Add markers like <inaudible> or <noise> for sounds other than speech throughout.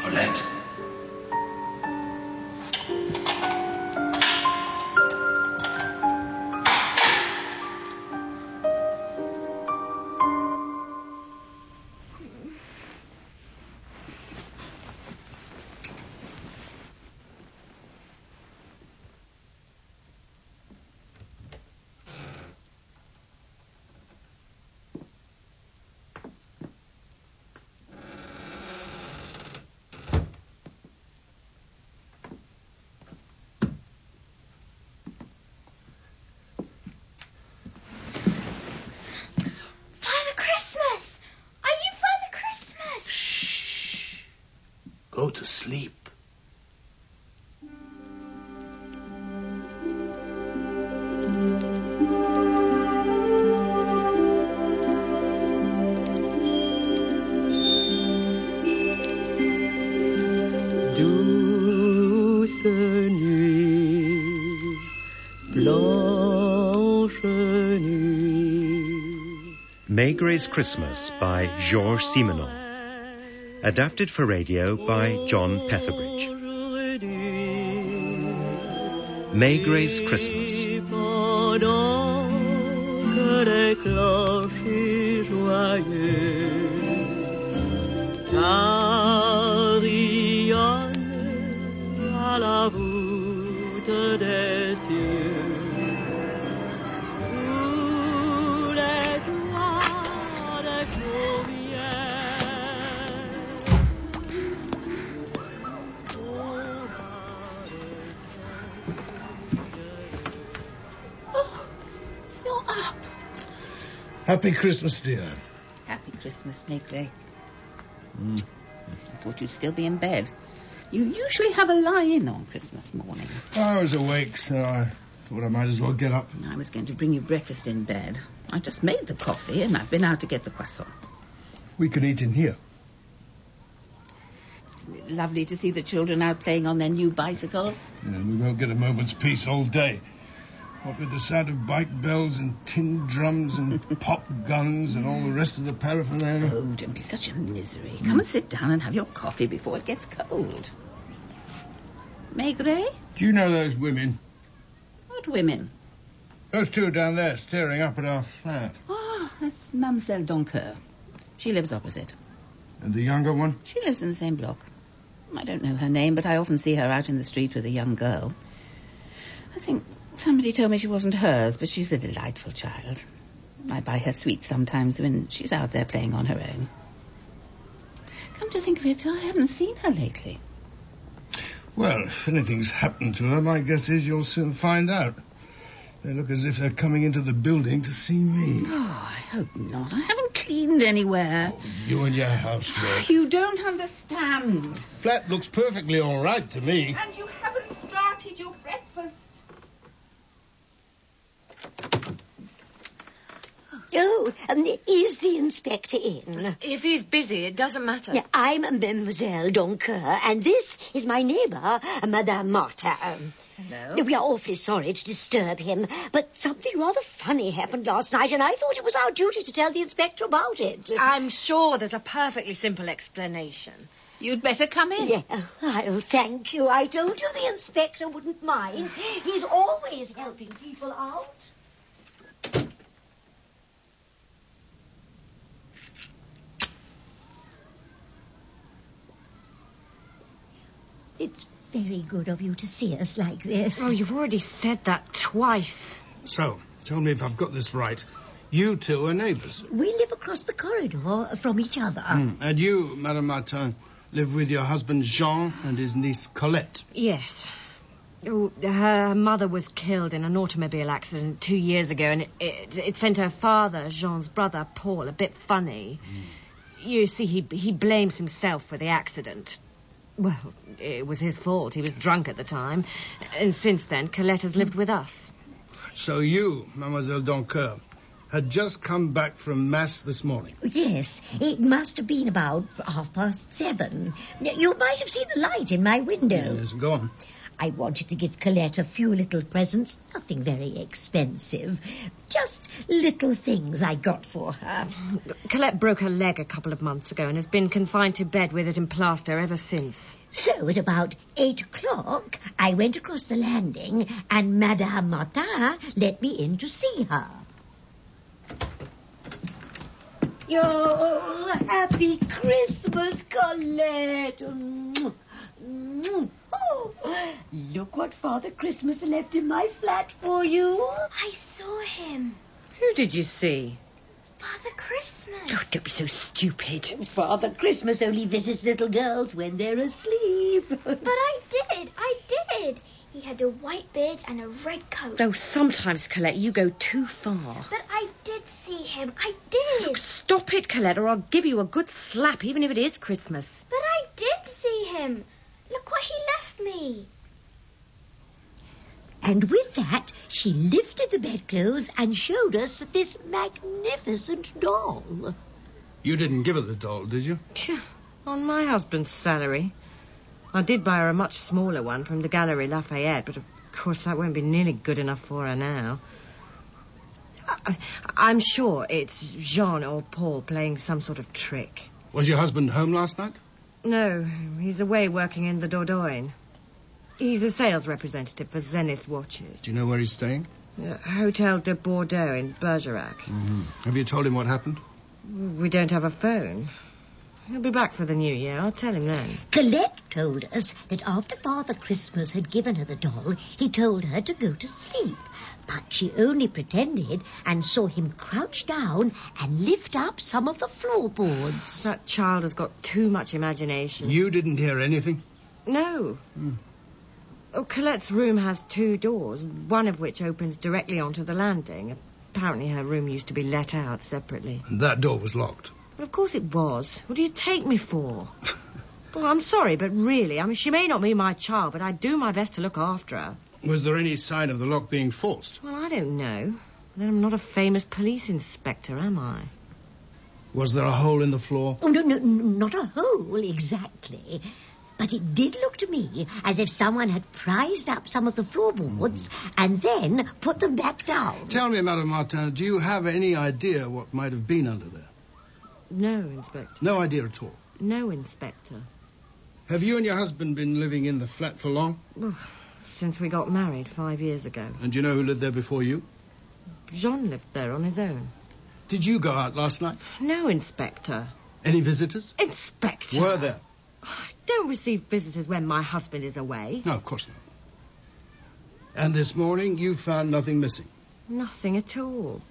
Colette. Father Christmas! Are you Father Christmas? Shh. Go to sleep. Douce nuit, blanche nuit. May Gray's Christmas by Georges Simenon. Adapted for radio by John Petherbridge. May Gray's Christmas. Et pendant que les clochers joyeux carillonnent à la voûte des cieux. Sous les toits des chaumières, Oh, you're up. Happy Christmas, dear. Happy Christmas, Midday. Mm. I thought you'd still be in bed. You usually have a lie in on Christmas morning. I was awake, so I thought I might as well get up. And I was going to bring you breakfast in bed. I just made the coffee and I've been out to get the croissant. We could eat in here. Isn't it lovely to see the children out playing on their new bicycles? And we won't get a moment's peace all day. What with the sound of bike bells and tin drums and <laughs> pop guns and all the rest of the paraphernalia. Oh, don't be such a misery. Come and sit down and have your coffee before it gets cold. May Gray? Do you know those women? What women? Those two down there staring up at our flat. Ah, that's Mademoiselle Doncoeur. She lives opposite. And the younger one? She lives in the same block. I don't know her name, but I often see her out in the street with a young girl. I think somebody told me she wasn't hers, but she's a delightful child. I buy her sweets sometimes when she's out there playing on her own. Come to think of it, I haven't seen her lately. Well, if anything's happened to her, my guess is you'll soon find out. They look as if they're coming into the building to see me. Oh, I hope not. I haven't cleaned anywhere. Oh, You and your housework. You don't understand. Flat looks perfectly all right to me. And you haven't started your breakfast. Oh, um, is the inspector in? If he's busy, it doesn't matter. Yeah, I'm Mademoiselle Doncoeur, and this is my neighbour, Madame Martin. Hello? We are awfully sorry to disturb him, but something rather funny happened last night, and I thought it was our duty to tell the inspector about it. I'm sure there's a perfectly simple explanation. You'd better come in. Yeah, I'll thank you. I told you the inspector wouldn't mind. He's always helping people out. It's very good of you to see us like this. Oh, you've already said that twice. So, tell me if I've got this right. You two are neighbours. We live across the corridor from each other. Hmm. And you, Madame Martin, live with your husband Jean and his niece Colette. Yes. Oh, her mother was killed in an automobile accident two years ago, and it, it, it sent her father, Jean's brother, Paul, a bit funny. You see, he, he blames himself for the accident. Well, it was his fault. He was drunk at the time. And since then, Colette has lived with us. So you, Mademoiselle Doncoeur, had just come back from Mass this morning. Yes, it must have been about half past seven. You might have seen the light in my window. Yes, go on. I wanted to give Colette a few little presents, nothing very expensive. Just little things I got for her. Colette broke her leg a couple of months ago and has been confined to bed with it in plaster ever since. So at about eight o'clock, I went across the landing and Madame Martin let me in to see her. Yo, happy Christmas, Colette. Mwah. Mwah. Oh, look what Father Christmas left in my flat for you. I saw him. Who did you see? Father Christmas. Oh, don't be so stupid. Father Christmas only visits little girls when they're asleep. But I did. I did. He had a white beard and a red coat. Though sometimes, Colette, you go too far. But I did see him. I did. Stop it, Colette, or I'll give you a good slap, even if it is Christmas. But I did see him. Look what he left me. And with that, she lifted the bedclothes and showed us this magnificent doll. You didn't give her the doll, did you? On my husband's salary. I did buy her a much smaller one from the Gallery Lafayette, but of course that won't be nearly good enough for her now. I, I'm sure it's Jean or Paul playing some sort of trick. Was your husband home last night? No, he's away working in the Dordogne. He's a sales representative for Zenith Watches. Do you know where he's staying? Uh, Hotel de Bordeaux in Bergerac. Have you told him what happened? We don't have a phone. He'll be back for the new year. I'll tell him then. Colette told us that after Father Christmas had given her the doll, he told her to go to sleep. But she only pretended and saw him crouch down and lift up some of the floorboards. That child has got too much imagination. You didn't hear anything? No. Hmm. Oh, Colette's room has two doors, one of which opens directly onto the landing. Apparently, her room used to be let out separately. And that door was locked. Well, of course it was. What do you take <laughs> me for? well, I'm sorry, but really, I mean, she may not be my child, but I do my best to look after her. Was there any sign of the lock being forced? Well, I don't know. Then I'm not a famous police inspector, am I? Was there a hole in the floor? Oh, no, no, n- not a hole exactly. But it did look to me as if someone had prized up some of the floorboards Hmm. and then put them back down. Tell me, Madame Martin, do you have any idea what might have been under there? No, Inspector. No idea at all. No, Inspector. Have you and your husband been living in the flat for long? Since we got married five years ago, And do you know who lived there before you? Jean lived there on his own. Did you go out last night? No, Inspector. Any visitors? Inspector! Were there? I don't receive visitors when my husband is away. No, of course not. And this morning you found nothing missing. Nothing at all.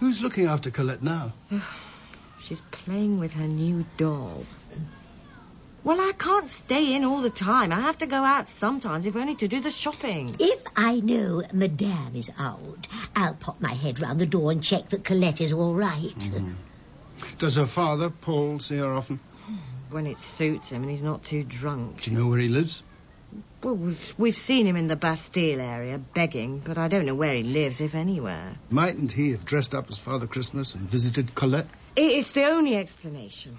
Who's looking after Colette now? She's playing with her new doll. Well, I can't stay in all the time. I have to go out sometimes, if only to do the shopping. If I know Madame is out, I'll pop my head round the door and check that Colette is all right. Does her Mm-hmm. father, Paul, see her often? When it suits him and he's not too drunk. Do you know where he lives? Well, we've, we've seen him in the Bastille area begging, but I don't know where he lives, if anywhere. Mightn't he have dressed up as Father Christmas and visited Colette? I- It's the only explanation.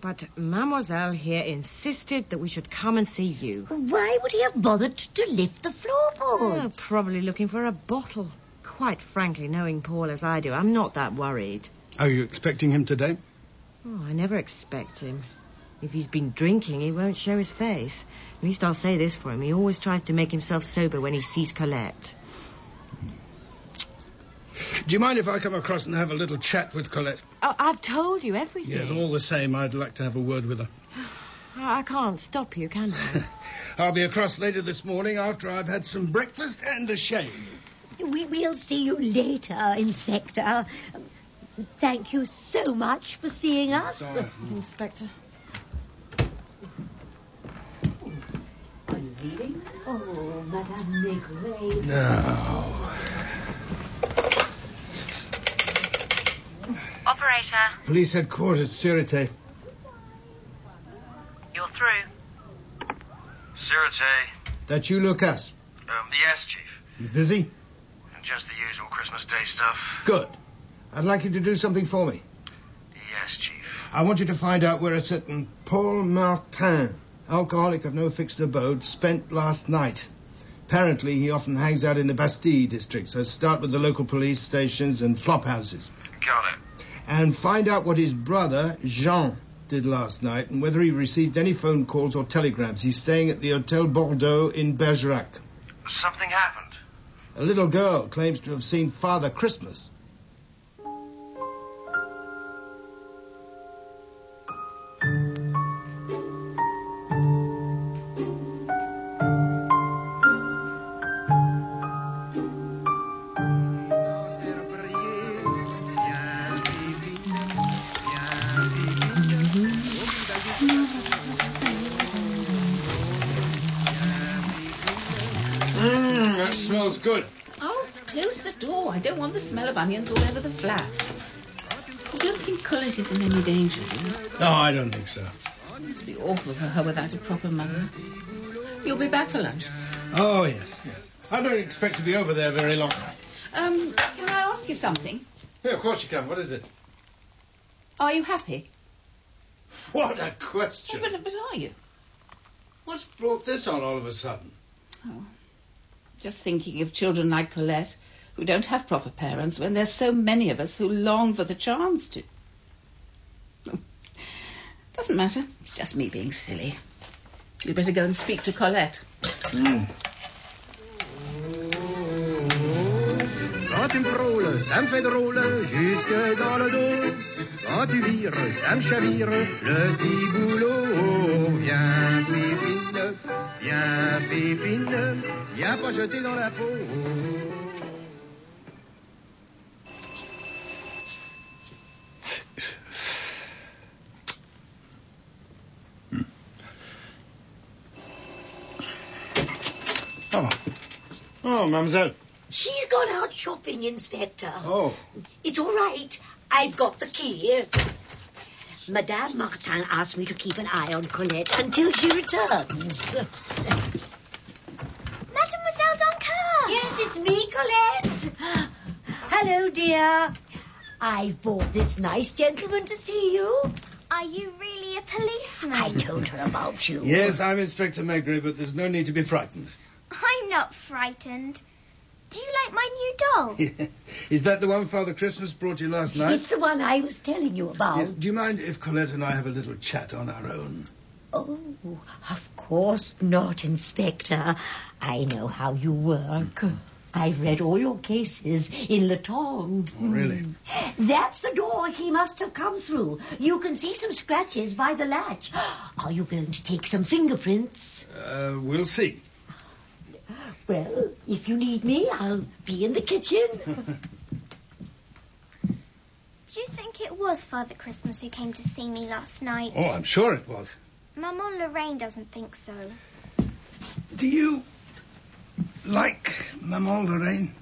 But Mademoiselle here insisted that we should come and see you. Why would he have bothered to lift the Oh, floorboards? probably looking for a bottle. Quite frankly, knowing Paul as I do, I'm not that worried. Are you expecting him today? Oh, I never expect him. If he's been drinking, he won't show his face. At least I'll say this for him. He always tries to make himself sober when he sees Colette. Do you mind if I come across and have a little chat with Colette? Oh, I've told you everything. Yes, all the same, I'd like to have a word with her. I I can't stop you, can I? <laughs> I'll be across later this morning after I've had some breakfast and a shave. We, we'll see you later, Inspector. Thank you so much for seeing us. Sorry. Inspector. Are you leaving? Oh, Madame, make way. No. Operator, Police headquarters, Sirte. you're through. Sirte. That you, Lucas? Um, yes, Chief. You busy? Just the usual Christmas Day stuff. Good. I'd like you to do something for me. Yes, Chief. I want you to find out where a certain Paul Martin, alcoholic of no fixed abode, spent last night. Apparently, he often hangs out in the Bastille district, so start with the local police stations and flop houses. Got it. And find out what his brother, Jean, did last night and whether he received any phone calls or telegrams. He's staying at the Hotel Bordeaux in Bergerac. Something happened. A little girl claims to have seen Father Christmas. Mmm, that smells good. Oh, close the door. I don't want the smell of onions all over the flat. I don't think Colette is in any danger. No, I don't think so. It must be awful for her without a proper mother. You'll be back for lunch. Oh, yes, yes. I don't expect to be over there very long. Um, can I ask you something? Yeah, of course you can. What is it? Are you happy? What a question. But, but are you? What's brought this on all of a sudden? Just thinking of children like Colette who don't have proper parents when there's so many of us who long for the chance to. <laughs> Doesn't matter. It's just me being silly. We'd better go and speak to Colette. Laat hem rollen, hem verder rollen, jusque dans le dos. Quand tu vires, ça me chavire, le petit boulot. Viens, Pépine, viens, Pépine, viens pas jeter dans la peau. Oh. Oh, mademoiselle. She's gone out shopping, Inspector. Oh. It's all right. I've got the key. Madame Martin asked me to keep an eye on Colette until she returns. Mademoiselle Donker! Yes, it's me, Colette. Hello, dear. I've brought this nice gentleman to see you. Are you really a policeman? I told her about you. Yes, I'm Inspector Megri, but there's no need to be frightened. <gasps> <laughs> I'm not frightened. Do you like my new doll? is that the one Father Christmas brought you last night? It's the one I was telling you about. Yeah, Do you mind if Colette and I have a little chat on our own? Oh, of course not, Inspector. I know how you work. I've read all your cases in Laton. Oh, really? That's the door he must have come through. You can see some scratches by the latch. Are you going to take some fingerprints? Uh, we'll see. Well, if you need me, I'll be in the kitchen. Do you think it was Father Christmas who came to see me last night? Oh, I'm sure it was. Maman Lorraine doesn't think so. Do you like Maman Lorraine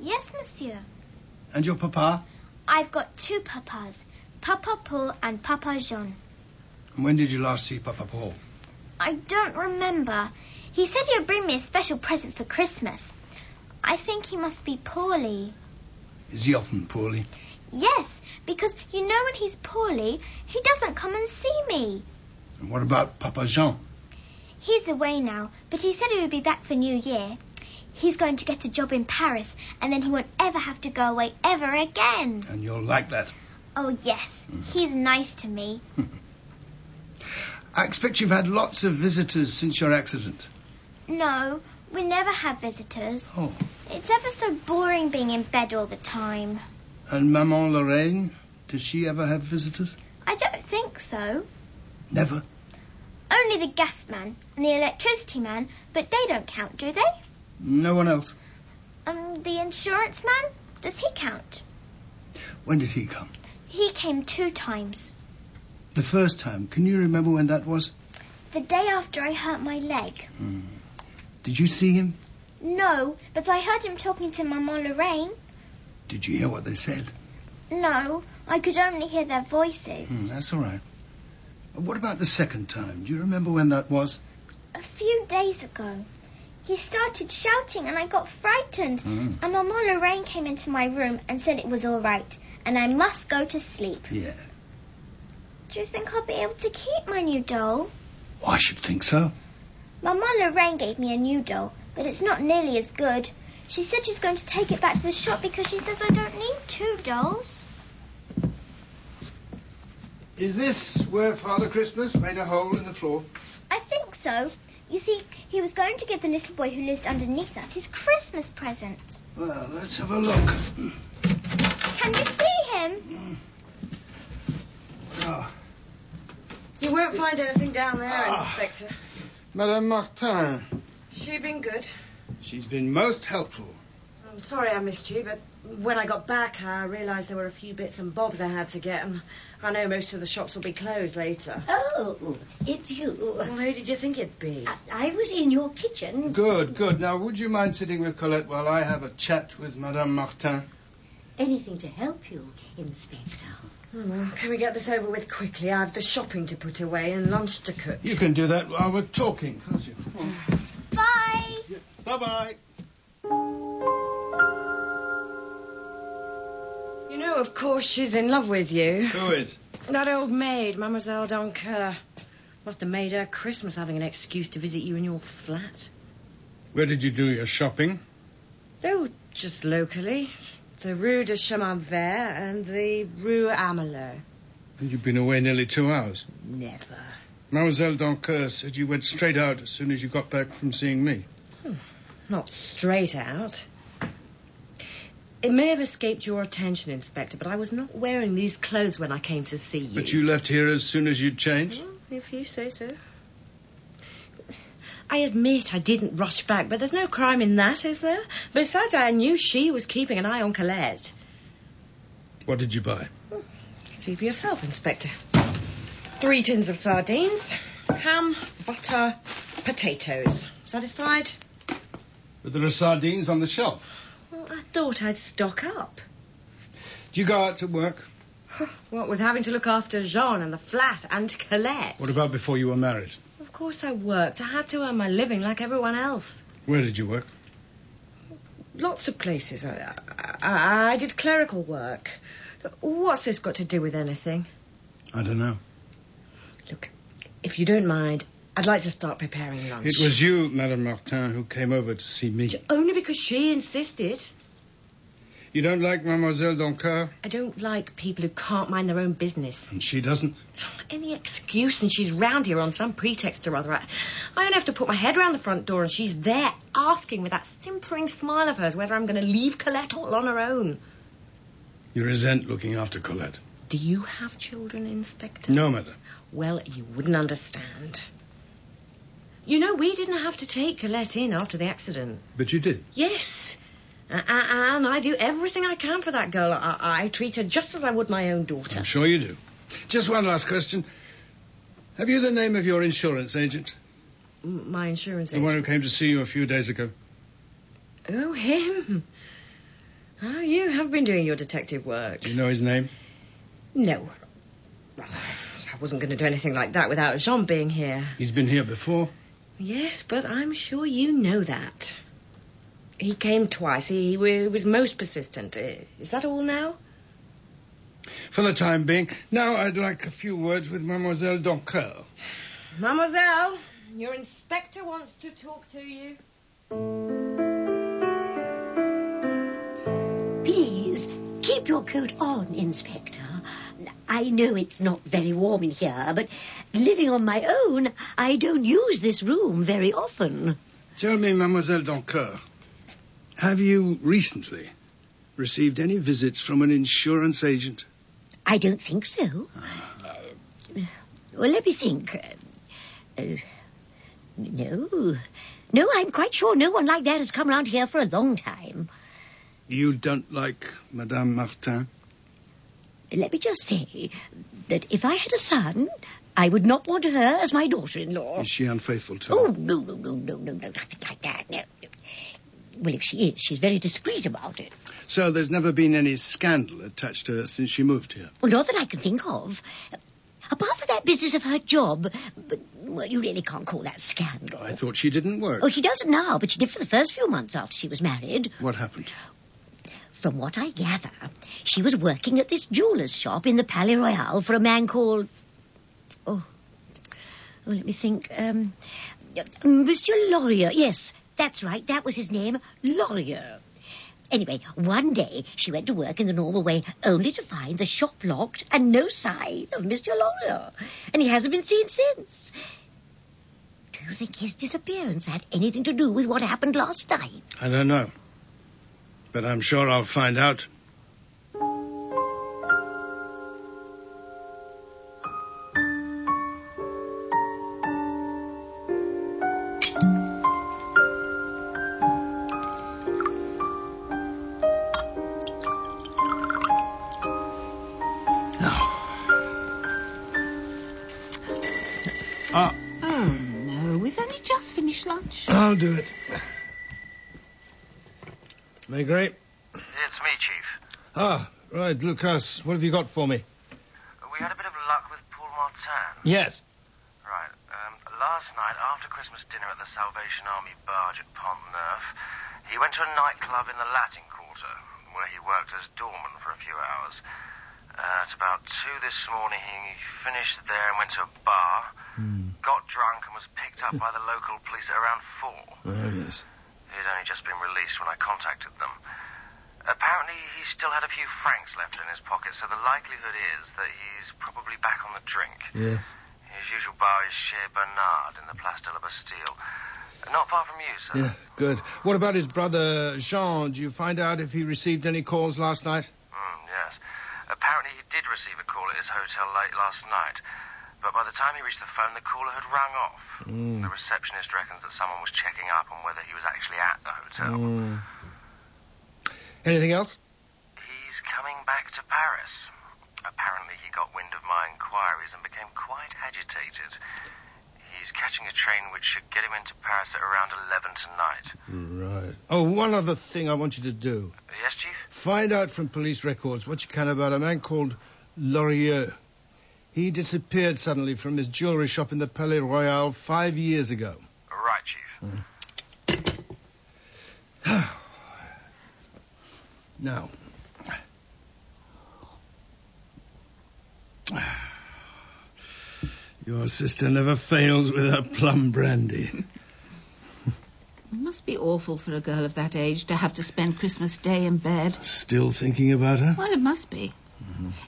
Yes, monsieur. and your papa? I've got two papas, Papa Paul and Papa Jean. And when did you last see Papa Paul? I don't remember. He said he would bring me a special present for Christmas. I think he must be poorly. Is he often poorly? Yes, because you know when he's poorly, he doesn't come and see me. And what about Papa Jean? He's away now, but he said he would be back for New Year. He's going to get a job in Paris, and then he won't ever have to go away ever again. And you'll like that. Oh, yes, he's nice to me. I expect you've had lots of visitors since your accident. No, we never have visitors. Oh. It's ever so boring being in bed all the time. And Maman Lorraine, does she ever have visitors? I don't think so. Never. only the gas man and the electricity man, but they don't count, do they? No one else. Um, the insurance man? Does he count? When did he come? He came two times. The first time. Can you remember when that was? The day after I hurt my leg. Hmm. Did you see him? No, but I heard him talking to Maman Lorraine. Did you hear what they said? No, I could only hear their voices. Hmm, that's all right. What about the second time? Do you remember when that was? A few days ago, he started shouting and I got frightened. Hmm. And Maman Lorraine came into my room and said it was all right and I must go to sleep. Yeah. Do you think I'll be able to keep my new doll? Oh, I should think so. Maman Lorraine gave me a new doll, but it's not nearly as good. She said she's going to take it back to the shop because she says I don't need two dolls. Is this where Father Christmas made a hole in the floor? I think so. You see, he was going to give the little boy who lives underneath us his Christmas present. Well, let's have a look. Can you see him? Ah, You won't find anything down there, Inspector. Madame Martin. She been good. She's been most helpful. I'm sorry I missed you, but when I got back, I realised there were a few bits and bobs I had to get, and I know most of the shops will be closed later. Oh, it's you. Well, who did you think it'd be? I was in your kitchen. Good, good. Now, would you mind sitting with Colette while I have a chat with Madame Martin? Anything to help you, Inspector. Oh, no. Can we get this over with quickly? I've the shopping to put away and lunch to cook. You can do that while we're talking, can't you? Hmm. Bye. Bye bye. You know, of course, she's in love with you. Who is? That old maid, Mademoiselle Doncoeur. Must have made her Christmas having an excuse to visit you in your flat. Where did you do your shopping? Oh, just locally. The Rue de Chemin Vert and the Rue Amelot. You've been away nearly two hours. Never. Mademoiselle Doncoeur said you went straight out as soon as you got back from seeing me. Not straight out. It may have escaped your attention, Inspector, but I was not wearing these clothes when I came to see you. But you left here as soon as you'd changed? If you say so. I admit I didn't rush back, but there's no crime in that, is there? Besides, I knew she was keeping an eye on Colette. What did you buy? See for yourself, Inspector. Three tins of sardines, ham, butter, potatoes. Satisfied? But there are sardines on the shelf. Well, I thought I'd stock up. Do you go out to work? What with having to look after Jean and the flat and Colette. What about before you were married? Of course I worked. I had to earn my living like everyone else. Where did you work? Lots of places. I, I, I did clerical work. What's this got to do with anything? I don't know. If you don't mind, I'd like to start preparing lunch. It was you, Madame Martin, who came over to see me. Only because she insisted. You don't like Mademoiselle Doncoeur? I don't like people who can't mind their own business. And she doesn't? Any excuse, and she's round here on some pretext or other. I, I only have to put my head round the front door, and she's there asking with that simpering smile of hers whether I'm going to leave Colette all on her own. You resent looking after Colette? Do you have children, Inspector? No, madame. Well, you wouldn't understand. You know, we didn't have to take Colette in after the accident. But you did. Yes. A- a- And I do everything I can for that girl. I, I treat her just as I would my own daughter. I'm sure you do. Just one last question. Have you the name of your insurance agent? M- Mm, My insurance The agent. one who came to see you a few days ago? Oh, him. Oh, you have been doing your detective work. Do you know his name? No. Well, I wasn't going to do anything like that without Jean being here. He's been here before. Yes, but I'm sure you know that. He came twice. He, he wa- was most persistent. I- Is that all now? For the time being, now I'd like a few words with Mademoiselle Doncoeur. Mademoiselle, your inspector wants to talk to you. Please, keep your coat on, Inspector. I know it's not very warm in here, but living on my own, I don't use this room very often. Tell me, Mademoiselle Doncoeur, have you recently received any visits from an insurance agent? I don't think so. Well, let me think. Uh, no. No, I'm quite sure no one like that has come round here for a long time. You don't like Madame Martin? Let me just say that if I had a son, I would not want her as my daughter-in-law. Is she unfaithful to Oh, no, no, no, no, no, no, nothing like that, no, no. Well, if she is, she's very discreet about it. So there's never been any scandal attached to her since she moved here? Well, not that I can think of. Apart from that business of her job, but, well, you really can't call that scandal. I thought she didn't work. Oh, she doesn't now, but she did for the first few months after she was married. What happened? From what I gather, she was working at this jeweller's shop in the Palais Royal for a man called. Oh, oh let me think. Um, Monsieur Laurier. Yes, that's right. That was his name, Laurier. Anyway, one day she went to work in the normal way, only to find the shop locked and no sign of Mr. Laurier. And he hasn't been seen since. Do you think his disappearance had anything to do with what happened last night? I don't know. But I'm sure I'll find out. Ah, Oh, no, we've only just finished lunch. I'll do it. Maigret? It's me, Chief. Ah, right, Lucas, what have you got for me? We had a bit of luck with Paul Martin. Yes. Right. Um, last night, after Christmas dinner at the Salvation Army barge at Pont Neuf, he went to a nightclub in the Latin Quarter, where he worked as doorman for a few hours. Uh, at about two this morning, he finished there and went to a bar, Hmm. got drunk, and was picked up by the local police at around four. Oh, yes. He'd only just been released when I contacted them. Apparently, he still had a few francs left in his pocket, so the likelihood is that he's probably back on the drink. Yeah. His usual bar is Chez Bernard in the Place de la Bastille. Not far from you, sir. Yeah, good. What about his brother Jean? Do you find out if he received any calls last night? Mm, yes. Apparently, he did receive a call at his hotel late last night. But by the time he reached the phone, the caller had rung off. Hmm. The receptionist reckons that someone was checking up on whether he was actually at the hotel. Mm. Anything else? He's coming back to Paris. Apparently, he got wind of my inquiries and became quite agitated. He's catching a train which should get him into Paris at around 11 tonight. Right. Oh, one other thing I want you to do. Yes, Chief? Find out from police records what you can about a man called Laurier. He disappeared suddenly from his jewelry shop in the Palais Royal five years ago. Right, Chief. Mm. <sighs> Now. Your sister never fails with her plum brandy. It must be awful for a girl of that age to have to spend Christmas Day in bed. Still thinking about her? Well, it must be.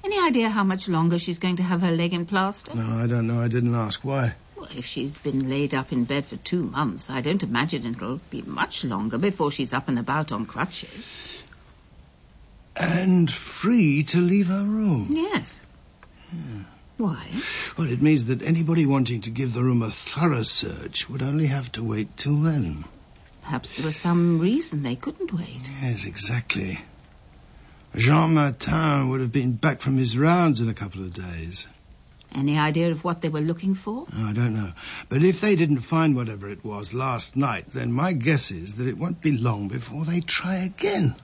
Any idea how much longer she's going to have her leg in plaster? No, I don't know. I didn't ask. Why? Well, if she's been laid up in bed for two months, I don't imagine it'll be much longer before she's up and about on crutches. And free to leave her room. Yes. Why? Well, it means that anybody wanting to give the room a thorough search would only have to wait till then. Perhaps there was some reason they couldn't wait. Yes, exactly. Jean Martin would have been back from his rounds in a couple of days. Oh, Any idea of what they were looking for? I don't know. But if they didn't find whatever it was last night, then my guess is that it won't be long before they try again.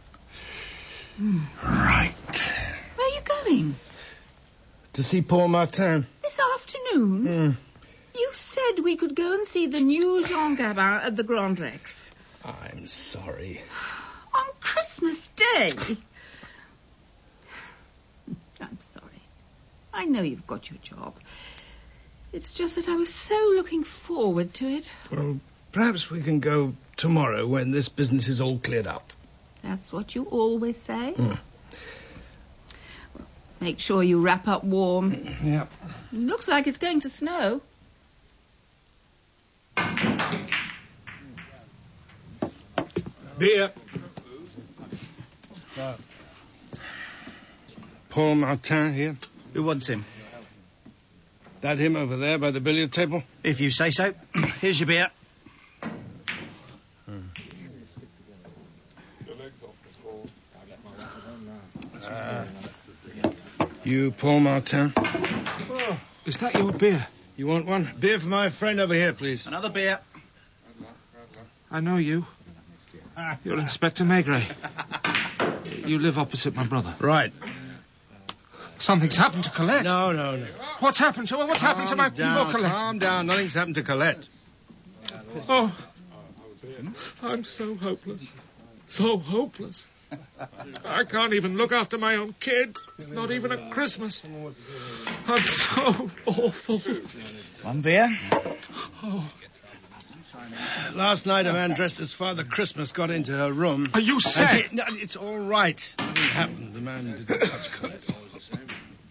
Right. Hmm. Where are you going? To see Paul Martin. This afternoon? Mm. You said we could go and see the new Jean Gabin at the Grand Rex. I'm sorry. On Christmas Day. <sighs> I'm sorry. I know you've got your job. It's just that I was so looking forward to it. Well, perhaps we can go tomorrow when this business is all cleared up. That's what you always say. Mm. Make sure you wrap up warm. Yeah. Looks like it's going to snow. Beer. Paul Martin here. Who wants him? That him over there by the billiard table? If you say so. <clears throat> Here's your beer. Uh, You, Paul Martin? Is that your beer? You want one? Beer for my friend over here, please. Another beer. I know you. You're Inspector Maigret. You live opposite my brother. Right. Something's happened to Colette. No, no, no. What's happened to her? What's happened to my Calm down, poor Colette? Calm down. Nothing's happened to Colette. Oh, I'm so hopeless. So hopeless. I can't even look after my own kid, not even at Christmas. I'm so awful. One beer. Oh, Last night, a man dressed as Father Christmas got into her room. Are you And sick? he- no, it's all right. Nothing happened. The man didn't touch Colette.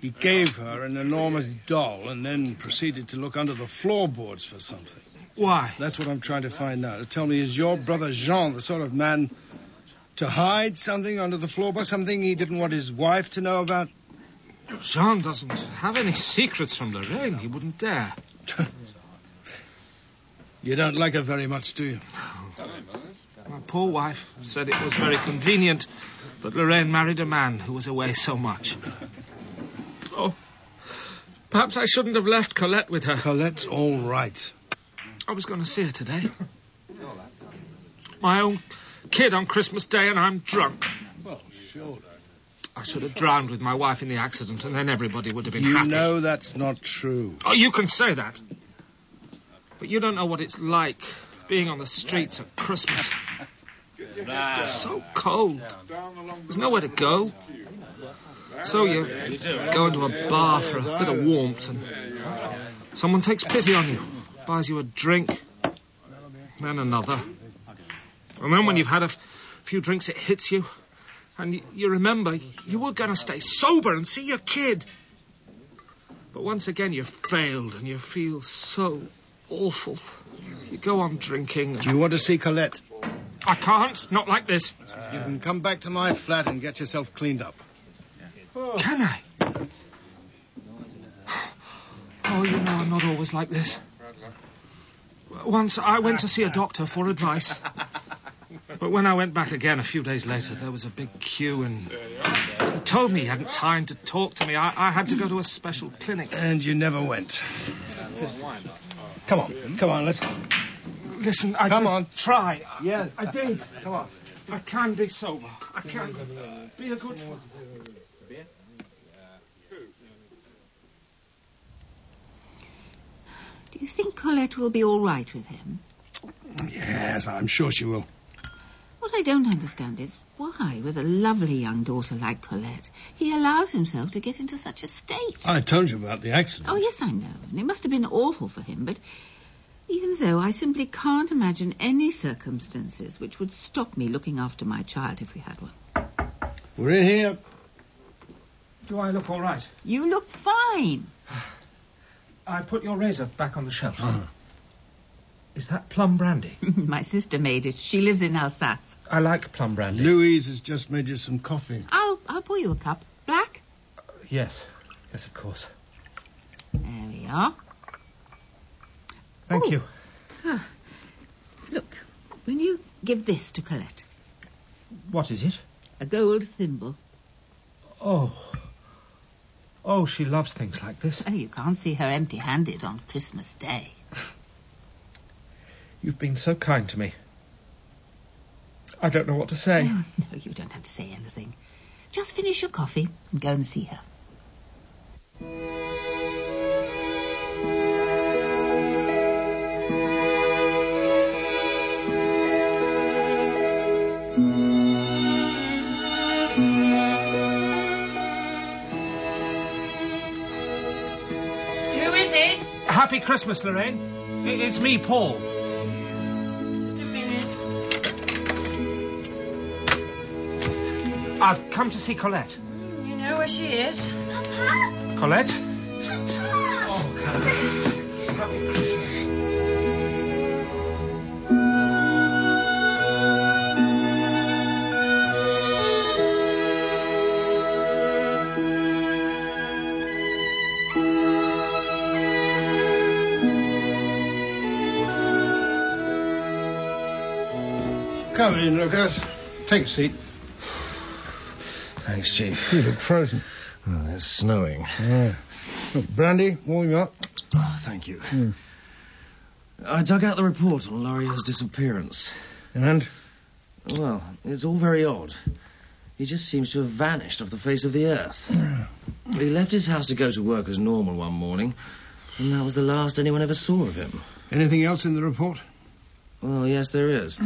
He gave her an enormous doll and then proceeded to look under the floorboards for something. Why? That's what I'm trying to find out. Tell me, is your brother Jean the sort of man to hide something under the floorboard, something he didn't want his wife to know about? Jean doesn't have any secrets from Lorraine. He wouldn't dare. <laughs> You don't like her very much, do you? My poor wife said it was very convenient that Lorraine married a man who was away so much. Oh, perhaps I shouldn't have left Colette with her. Colette's all right. I was going to see her today. My own kid on Christmas Day, and I'm drunk. Well, sure. I should have drowned with my wife in the accident, and then everybody would have been You happy. know that's not true. Oh, you can say that. But you don't know what it's like being on the streets at Christmas. It's so cold. There's nowhere to go. So you go into a bar for a bit of warmth, and someone takes pity on you, buys you a drink, then another. And then when you've had a f- few drinks, it hits you, and you, you remember you were going to stay sober and see your kid. But once again, you've failed, and you feel so awful. You go on drinking. Do you want to see Colette? I can't, not like this. You can come back to my flat and get yourself cleaned up. Can I? Oh, you know, I'm not always like this. Once I went to see a doctor for advice. But when I went back again a few days later, there was a big queue, and he told me he hadn't time to talk to me. I, I had to go to a special clinic. And you never went. Come on, come on, let's go. Listen, I Come did on. try. Yeah. I did. Come on. I can be sober. I can be a good father. Do you think Colette will be all right with him? Yes, I'm sure she will. What I don't understand is why, with a lovely young daughter like Colette, he allows himself to get into such a state. I told you about the accident. Oh, yes, I know, and it must have been awful for him, but even so, I simply can't imagine any circumstances which would stop me looking after my child if we had one. We're in here. Do I look all right? You look fine. <sighs> I put your razor back on the shelf. Uh-huh. Is that plum brandy? <laughs> my sister made it. She lives in Alsace. I like plum brandy. Louise has just made you some coffee. I'll, I'll pour you a cup. Black? Yes. Yes, of course. There we are. Thank Oh. you. Look, when you give this to Colette, What is it? a gold thimble. Oh. Oh, she loves things like this. Well, Oh, you can't see her empty handed on Christmas Day. You've been so kind to me. I don't know what to say. No, Oh, no, you don't have to say anything. Just finish your coffee and go and see her. Who is it? Happy Christmas, Lorraine. I- It's me, Paul. Just a minute. I've come to see Colette. You know where she is? Colette? Come in, Lucas. Take a seat. Thanks, Chief. You look frozen. Oh, it's snowing. Yeah. Look, Brandy, warm you up. Oh, thank you. Hmm. I dug out the report on Laurier's disappearance. And? Well, it's all very odd. He just seems to have vanished off the face of the earth. he left his house to go to work as normal one morning, and that was the last anyone ever saw of him. Anything else in the report? Well, yes, there is.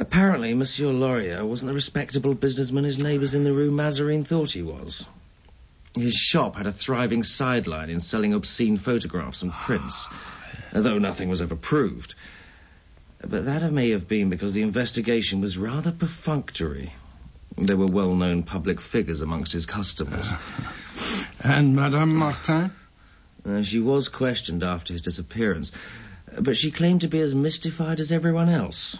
Apparently, Monsieur Laurier wasn't the respectable businessman his neighbours in the Rue Mazarine thought he was. His shop had a thriving sideline in selling obscene photographs and prints, though nothing was ever proved. But that may have been because the investigation was rather perfunctory. There were well known public figures amongst his customers. <laughs> And Madame Martin? Uh, she was questioned after his disappearance, but she claimed to be as mystified as everyone else.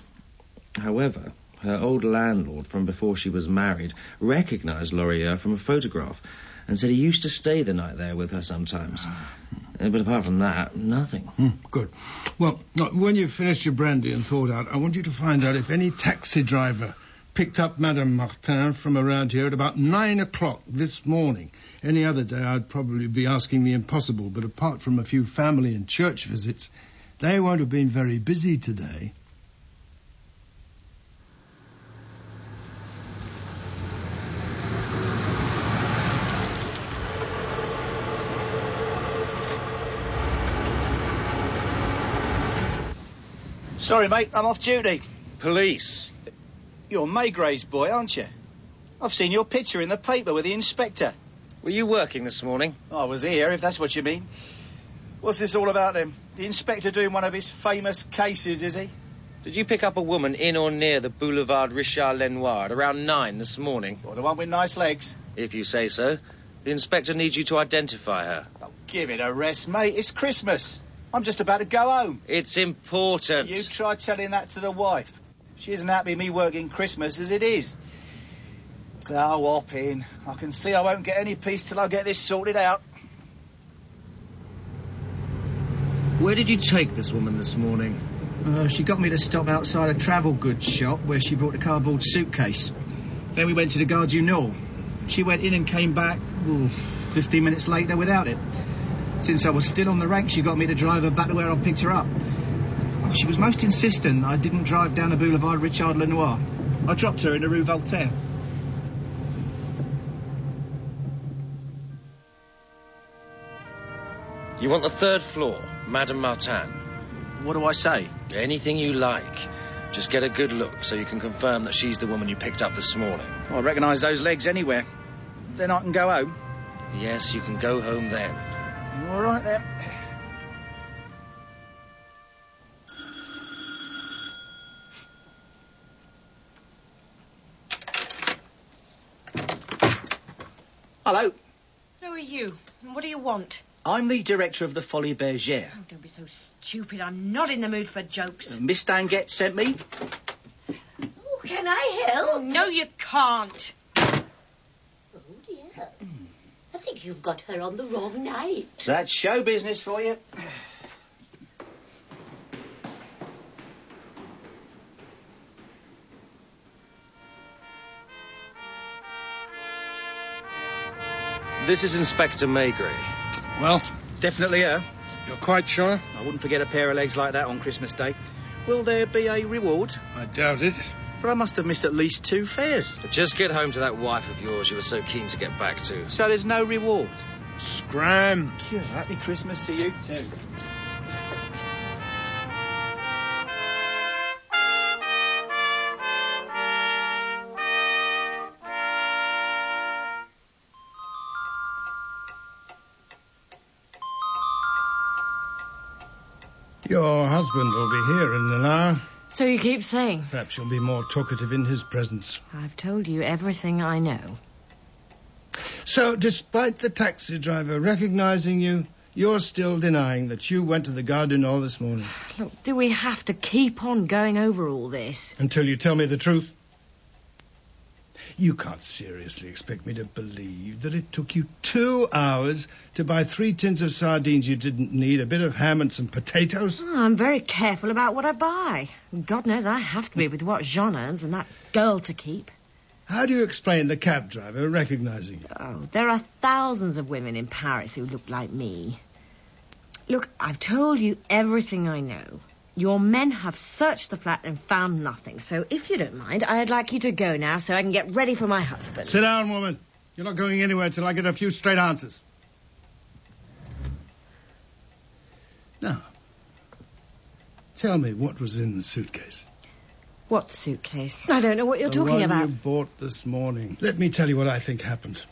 However, her old landlord from before she was married recognized Laurier from a photograph and said he used to stay the night there with her sometimes. Uh, But apart from that, nothing. Hmm, Good. Well, look, when you've finished your brandy and thawed out, I want you to find out if any taxi driver picked up Madame Martin from around here at about nine o'clock this morning. Any other day, I'd probably be asking the impossible, but apart from a few family and church visits, they won't have been very busy today. Sorry, mate, I'm off duty. Police? You're Maygray's boy, aren't you? I've seen your picture in the paper with the inspector. Were you working this morning? I was here, if that's what you mean. What's this all about then? The inspector doing one of his famous cases, is he? Did you pick up a woman in or near the Boulevard Richard Lenoir at around nine this morning? Or the one with nice legs? If you say so. The inspector needs you to identify her. Give it a rest, mate. It's Christmas. I'm just about to go home. It's important. You try telling that to the wife. She isn't happy me working Christmas as it is. Oh, hop in. I can see I won't get any peace till I get this sorted out. Where did you take this woman this morning? Uh, she got me to stop outside a travel goods shop where she brought a cardboard suitcase. Then we went to the Gare Nord. She went in and came back ooh, 15 minutes later without it. Since I was still on the rank, she got me to drive her back to where I picked her up. She was most insistent I didn't drive down the boulevard Richard Lenoir. I dropped her in the Rue Voltaire. You want the third floor, Madame Martin. What do I say? Anything you like. Just get a good look so you can confirm that she's the woman you picked up this morning. I recognise those legs anywhere. Then I can go home. Yes, you can go home then. All right then. Hello, Who are you? And what do you want? I'm the director of the Folie Bergère. Oh, don't be so stupid. I'm not in the mood for jokes. Miss Danget sent me. Oh, can I help? no, you can't. Oh dear. I think you've got her on the wrong night. That's show business for you. This is Inspector Maygray. Well, definitely her. You're quite sure? I wouldn't forget a pair of legs like that on Christmas Day. Will there be a reward? I doubt it. But I must have missed at least two fares. Just get home to that wife of yours you were so keen to get back to. So there's no reward. Scram. Happy Christmas to you too. Your husband will be here in an hour. So you keep saying. Perhaps you'll be more talkative in his presence. I've told you everything I know. So, despite the taxi driver recognizing you, you're still denying that you went to the Gare du Nord this morning Look, do we have to keep on going over all this? until you tell me the truth. You can't seriously expect me to believe that it took you two hours to buy three tins of sardines you didn't need, a bit of ham and some potatoes. Oh, I'm very careful about what I buy. God knows I have to be with what Jean earns and that girl to keep. How do you explain the cab driver recognizing you? Oh, there are thousands of women in Paris who look like me. Look, I've told you everything I know. Your men have searched the flat and found nothing, so if you don't mind, I'd like you to go now so I can get ready for my husband. Sit down, woman. You're not going anywhere till I get a few straight answers. Now, tell me what was in the suitcase. What suitcase? I don't know what you're talking the one about. you bought this morning. Let me tell you what I think happened.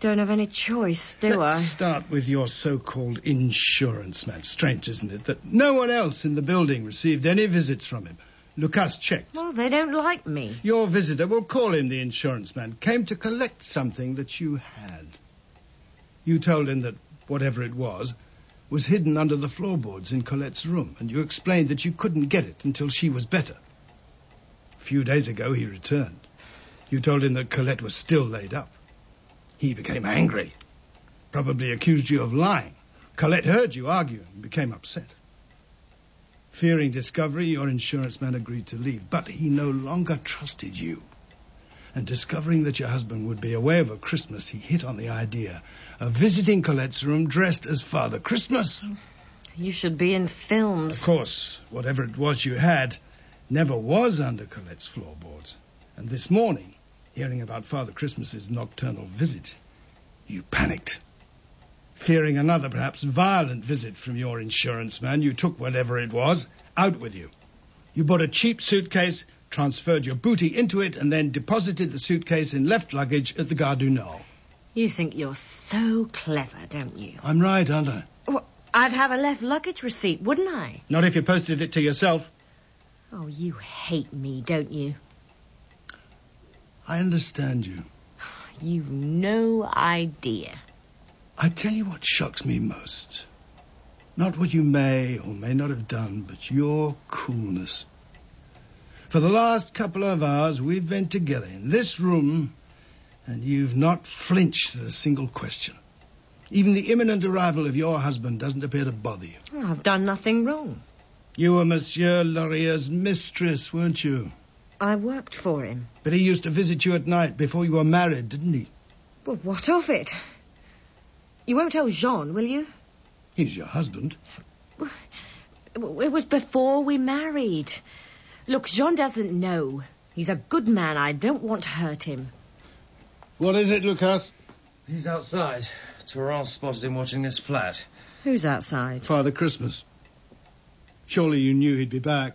Don't have any choice, do Let's I? start with your so-called insurance man. Strange, isn't it, that no one else in the building received any visits from him. Lucas checked. Well, they don't like me. Your visitor, we'll call him the insurance man, came to collect something that you had. You told him that whatever it was was hidden under the floorboards in Colette's room, and you explained that you couldn't get it until she was better. A few days ago, he returned. You told him that Colette was still laid up. He became angry, probably accused you of lying. Colette heard you arguing and became upset. Fearing discovery, your insurance man agreed to leave, but he no longer trusted you. And discovering that your husband would be away over Christmas, he hit on the idea of visiting Colette's room dressed as Father Christmas. You should be in films. Of course, whatever it was you had never was under Colette's floorboards. And this morning, hearing about Father Christmas's nocturnal visit, you panicked. Fearing another, perhaps violent visit from your insurance man, you took whatever it was out with you. You bought a cheap suitcase, transferred your booty into it, and then deposited the suitcase in left luggage at the Gare du Nord. You think you're so clever, don't you? I'm right, aren't I? I'd have a left luggage receipt, wouldn't I? Not if you posted it to yourself. Oh, you hate me, don't you? I understand you. You've no idea. I tell you what shocks me most. Not what you may or may not have done, but your coolness. For the last couple of hours, we've been together in this room, and you've not flinched at a single question. Even the imminent arrival of your husband doesn't appear to bother you. Oh, I've done nothing wrong. You were Monsieur Laurier's mistress, weren't you? I worked for him. But he used to visit you at night before you were married, didn't he? Well, what of it? You won't tell Jean, will you? He's your husband. W- It was before we married. Look, Jean doesn't know. He's a good man. I don't want to hurt him. What is it, Lucas? He's outside. Terence spotted him watching this flat. Who's outside? Father Christmas. Surely you knew he'd be back.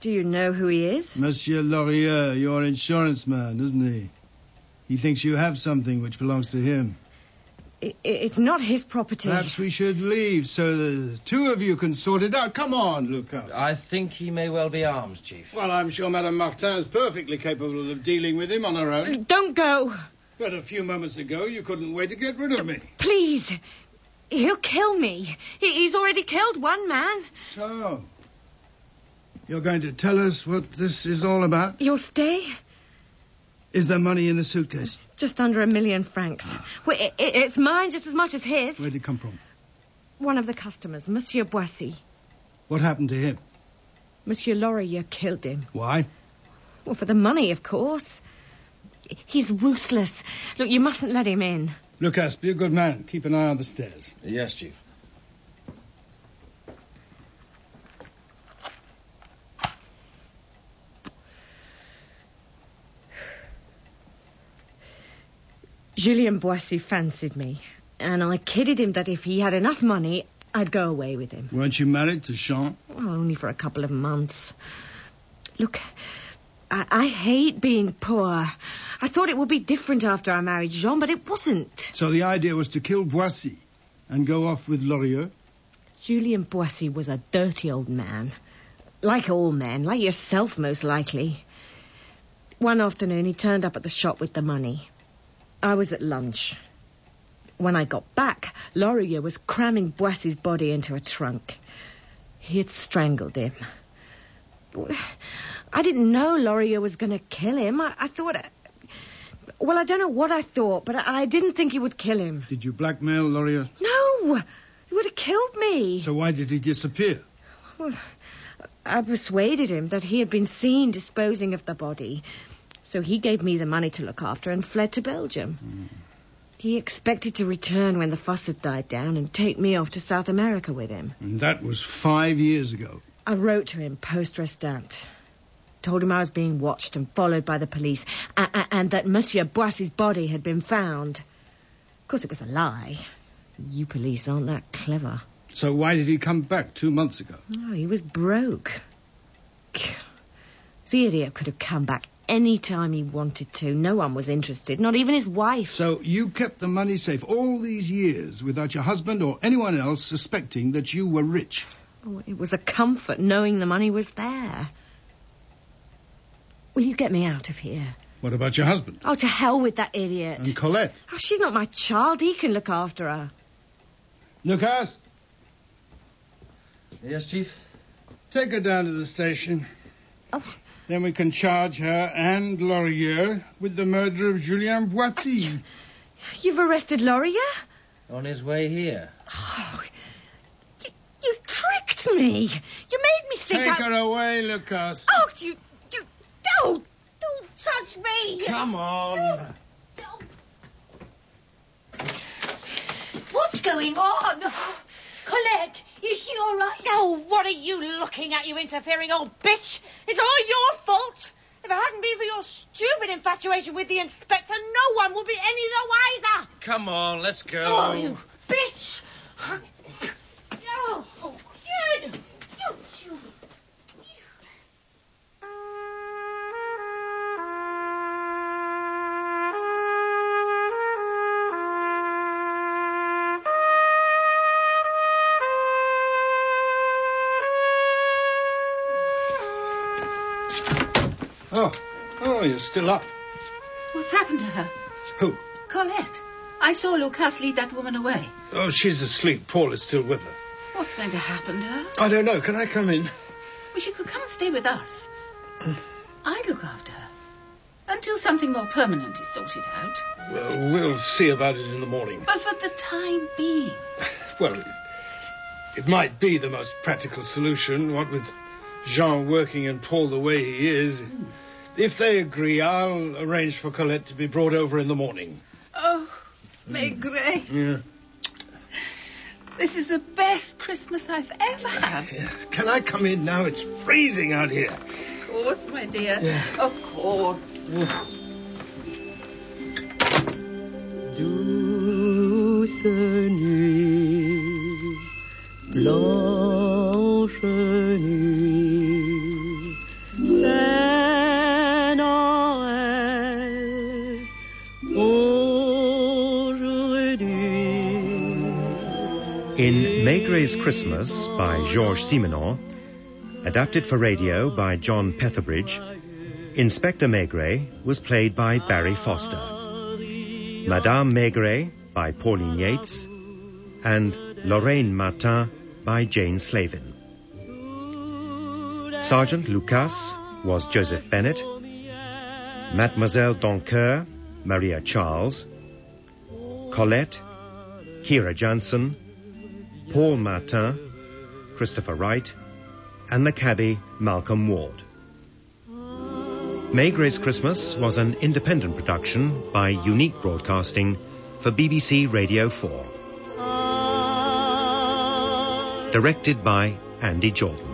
Do you know who he is? Monsieur Laurier, your insurance man, isn't he? He thinks you have something which belongs to him. I- I- it's not his property. Perhaps we should leave so the two of you can sort it out. Come on, Lucas. I think he may well be armed, Chief. Well, I'm sure Madame Martin is perfectly capable of dealing with him on her own. Don't go. But a few moments ago, you couldn't wait to get rid of me. Please. He'll kill me. He- he's already killed one man. So, you're going to tell us what this is all about? You'll stay? Is there money in the suitcase? Just under a million francs. Well, i i it's mine just as much as his. Where'd it come from? One of the customers, Monsieur Boissy. What happened to him? Monsieur Laurier killed him. Why? Well, for the money, of course. He's ruthless. Look, you mustn't let him in. Lucas, be a good man. Keep an eye on the stairs. Yes, Chief. Julien Boissy fancied me, and I kidded him that if he had enough money, I'd go away with him. Weren't you married to Jean? Well, only for a couple of months. Look, I, I hate being poor. I thought it would be different after I married Jean, but it wasn't. So the idea was to kill Boissy and go off with Lorilleux? Julien Boissy was a dirty old man. Like all men, like yourself, most likely. One afternoon, he turned up at the shop with the money. I was at lunch. When I got back, Laurier was cramming Boissy's body into a trunk. He had strangled him. I didn't know Laurier was going to kill him. I, I thought Well, I don't know what I thought, but I I didn't think he would kill him. Did you blackmail Laurier? No! He would have killed me. So why did he disappear? Well, I persuaded him that he had been seen disposing of the body. So he gave me the money to look after and fled to Belgium. He expected to return when the fuss had died down and take me off to South America with him. And that was five years ago. I wrote to him post restant. Told him I was being watched and followed by the police, a- a- and that Monsieur Boissy's body had been found. Of course, it was a lie. You police aren't that clever. So why did he come back two months ago? Oh, he was broke. The idiot could have come back any time he wanted to. No one was interested, not even his wife. So you kept the money safe all these years without your husband or anyone else suspecting that you were rich. Oh, it was a comfort knowing the money was there. Will you get me out of here? What about your husband? Oh, to hell with that idiot. And Colette? Oh, she's not my child. He can look after her. Lucas? Yes, Chief? Take her down to the station. Oh. Then we can charge her and Laurier with the murder of Julien Boissy. You've arrested Laurier? On his way here. You tricked me. You made me think Take I... her away, Lucas. Oh, you... you... Don't... Don't touch me! Come on. What's going on? Colette, is she all right? Oh, what are you looking at, you interfering old bitch? It's all your fault. If it hadn't been for your stupid infatuation with the inspector, no one would be any the wiser. Come on, let's go. Oh, you bitch! Oh, oh, good. Don't you Oh, oh, you're still up. What's happened to her? Who? Colette. I saw Lucas lead that woman away. Oh, she's asleep. Paul is still with her. What's going to happen to her? I don't know. Can I come in? Well, she could come and stay with us. I look after her. Until something more permanent is sorted out. Well, we'll see about it in the morning. But for the time being. Well, it, it might be the most practical solution, what with Jean working and Paul the way he is. If they agree, I'll arrange for Colette to be brought over in the morning. Oh, Maigret, Yeah. this is the best Christmas I've ever had. Uh, Can I come in now? It's freezing out here. Of course, my dear. Of course. douce nuit, blanche nuit, c'est Noël aujourd'hui. In Maigret's Christmas by Georges Simenon, adapted for radio by John Petherbridge, Inspector Maigret was played by Barry Foster, Madame Maigret by Pauline Yates, and Lorraine Martin by Jane Slavin. Sergeant Lucas was Joseph Bennett, Mademoiselle Doncoeur, Maria Charles, Colette, Kira Johnson, Paul Martin, Christopher Wright, and the cabbie Malcolm Ward. Maigret's Christmas was an independent production by Unique Broadcasting for BBC Radio 4. Directed by Andy Jordan.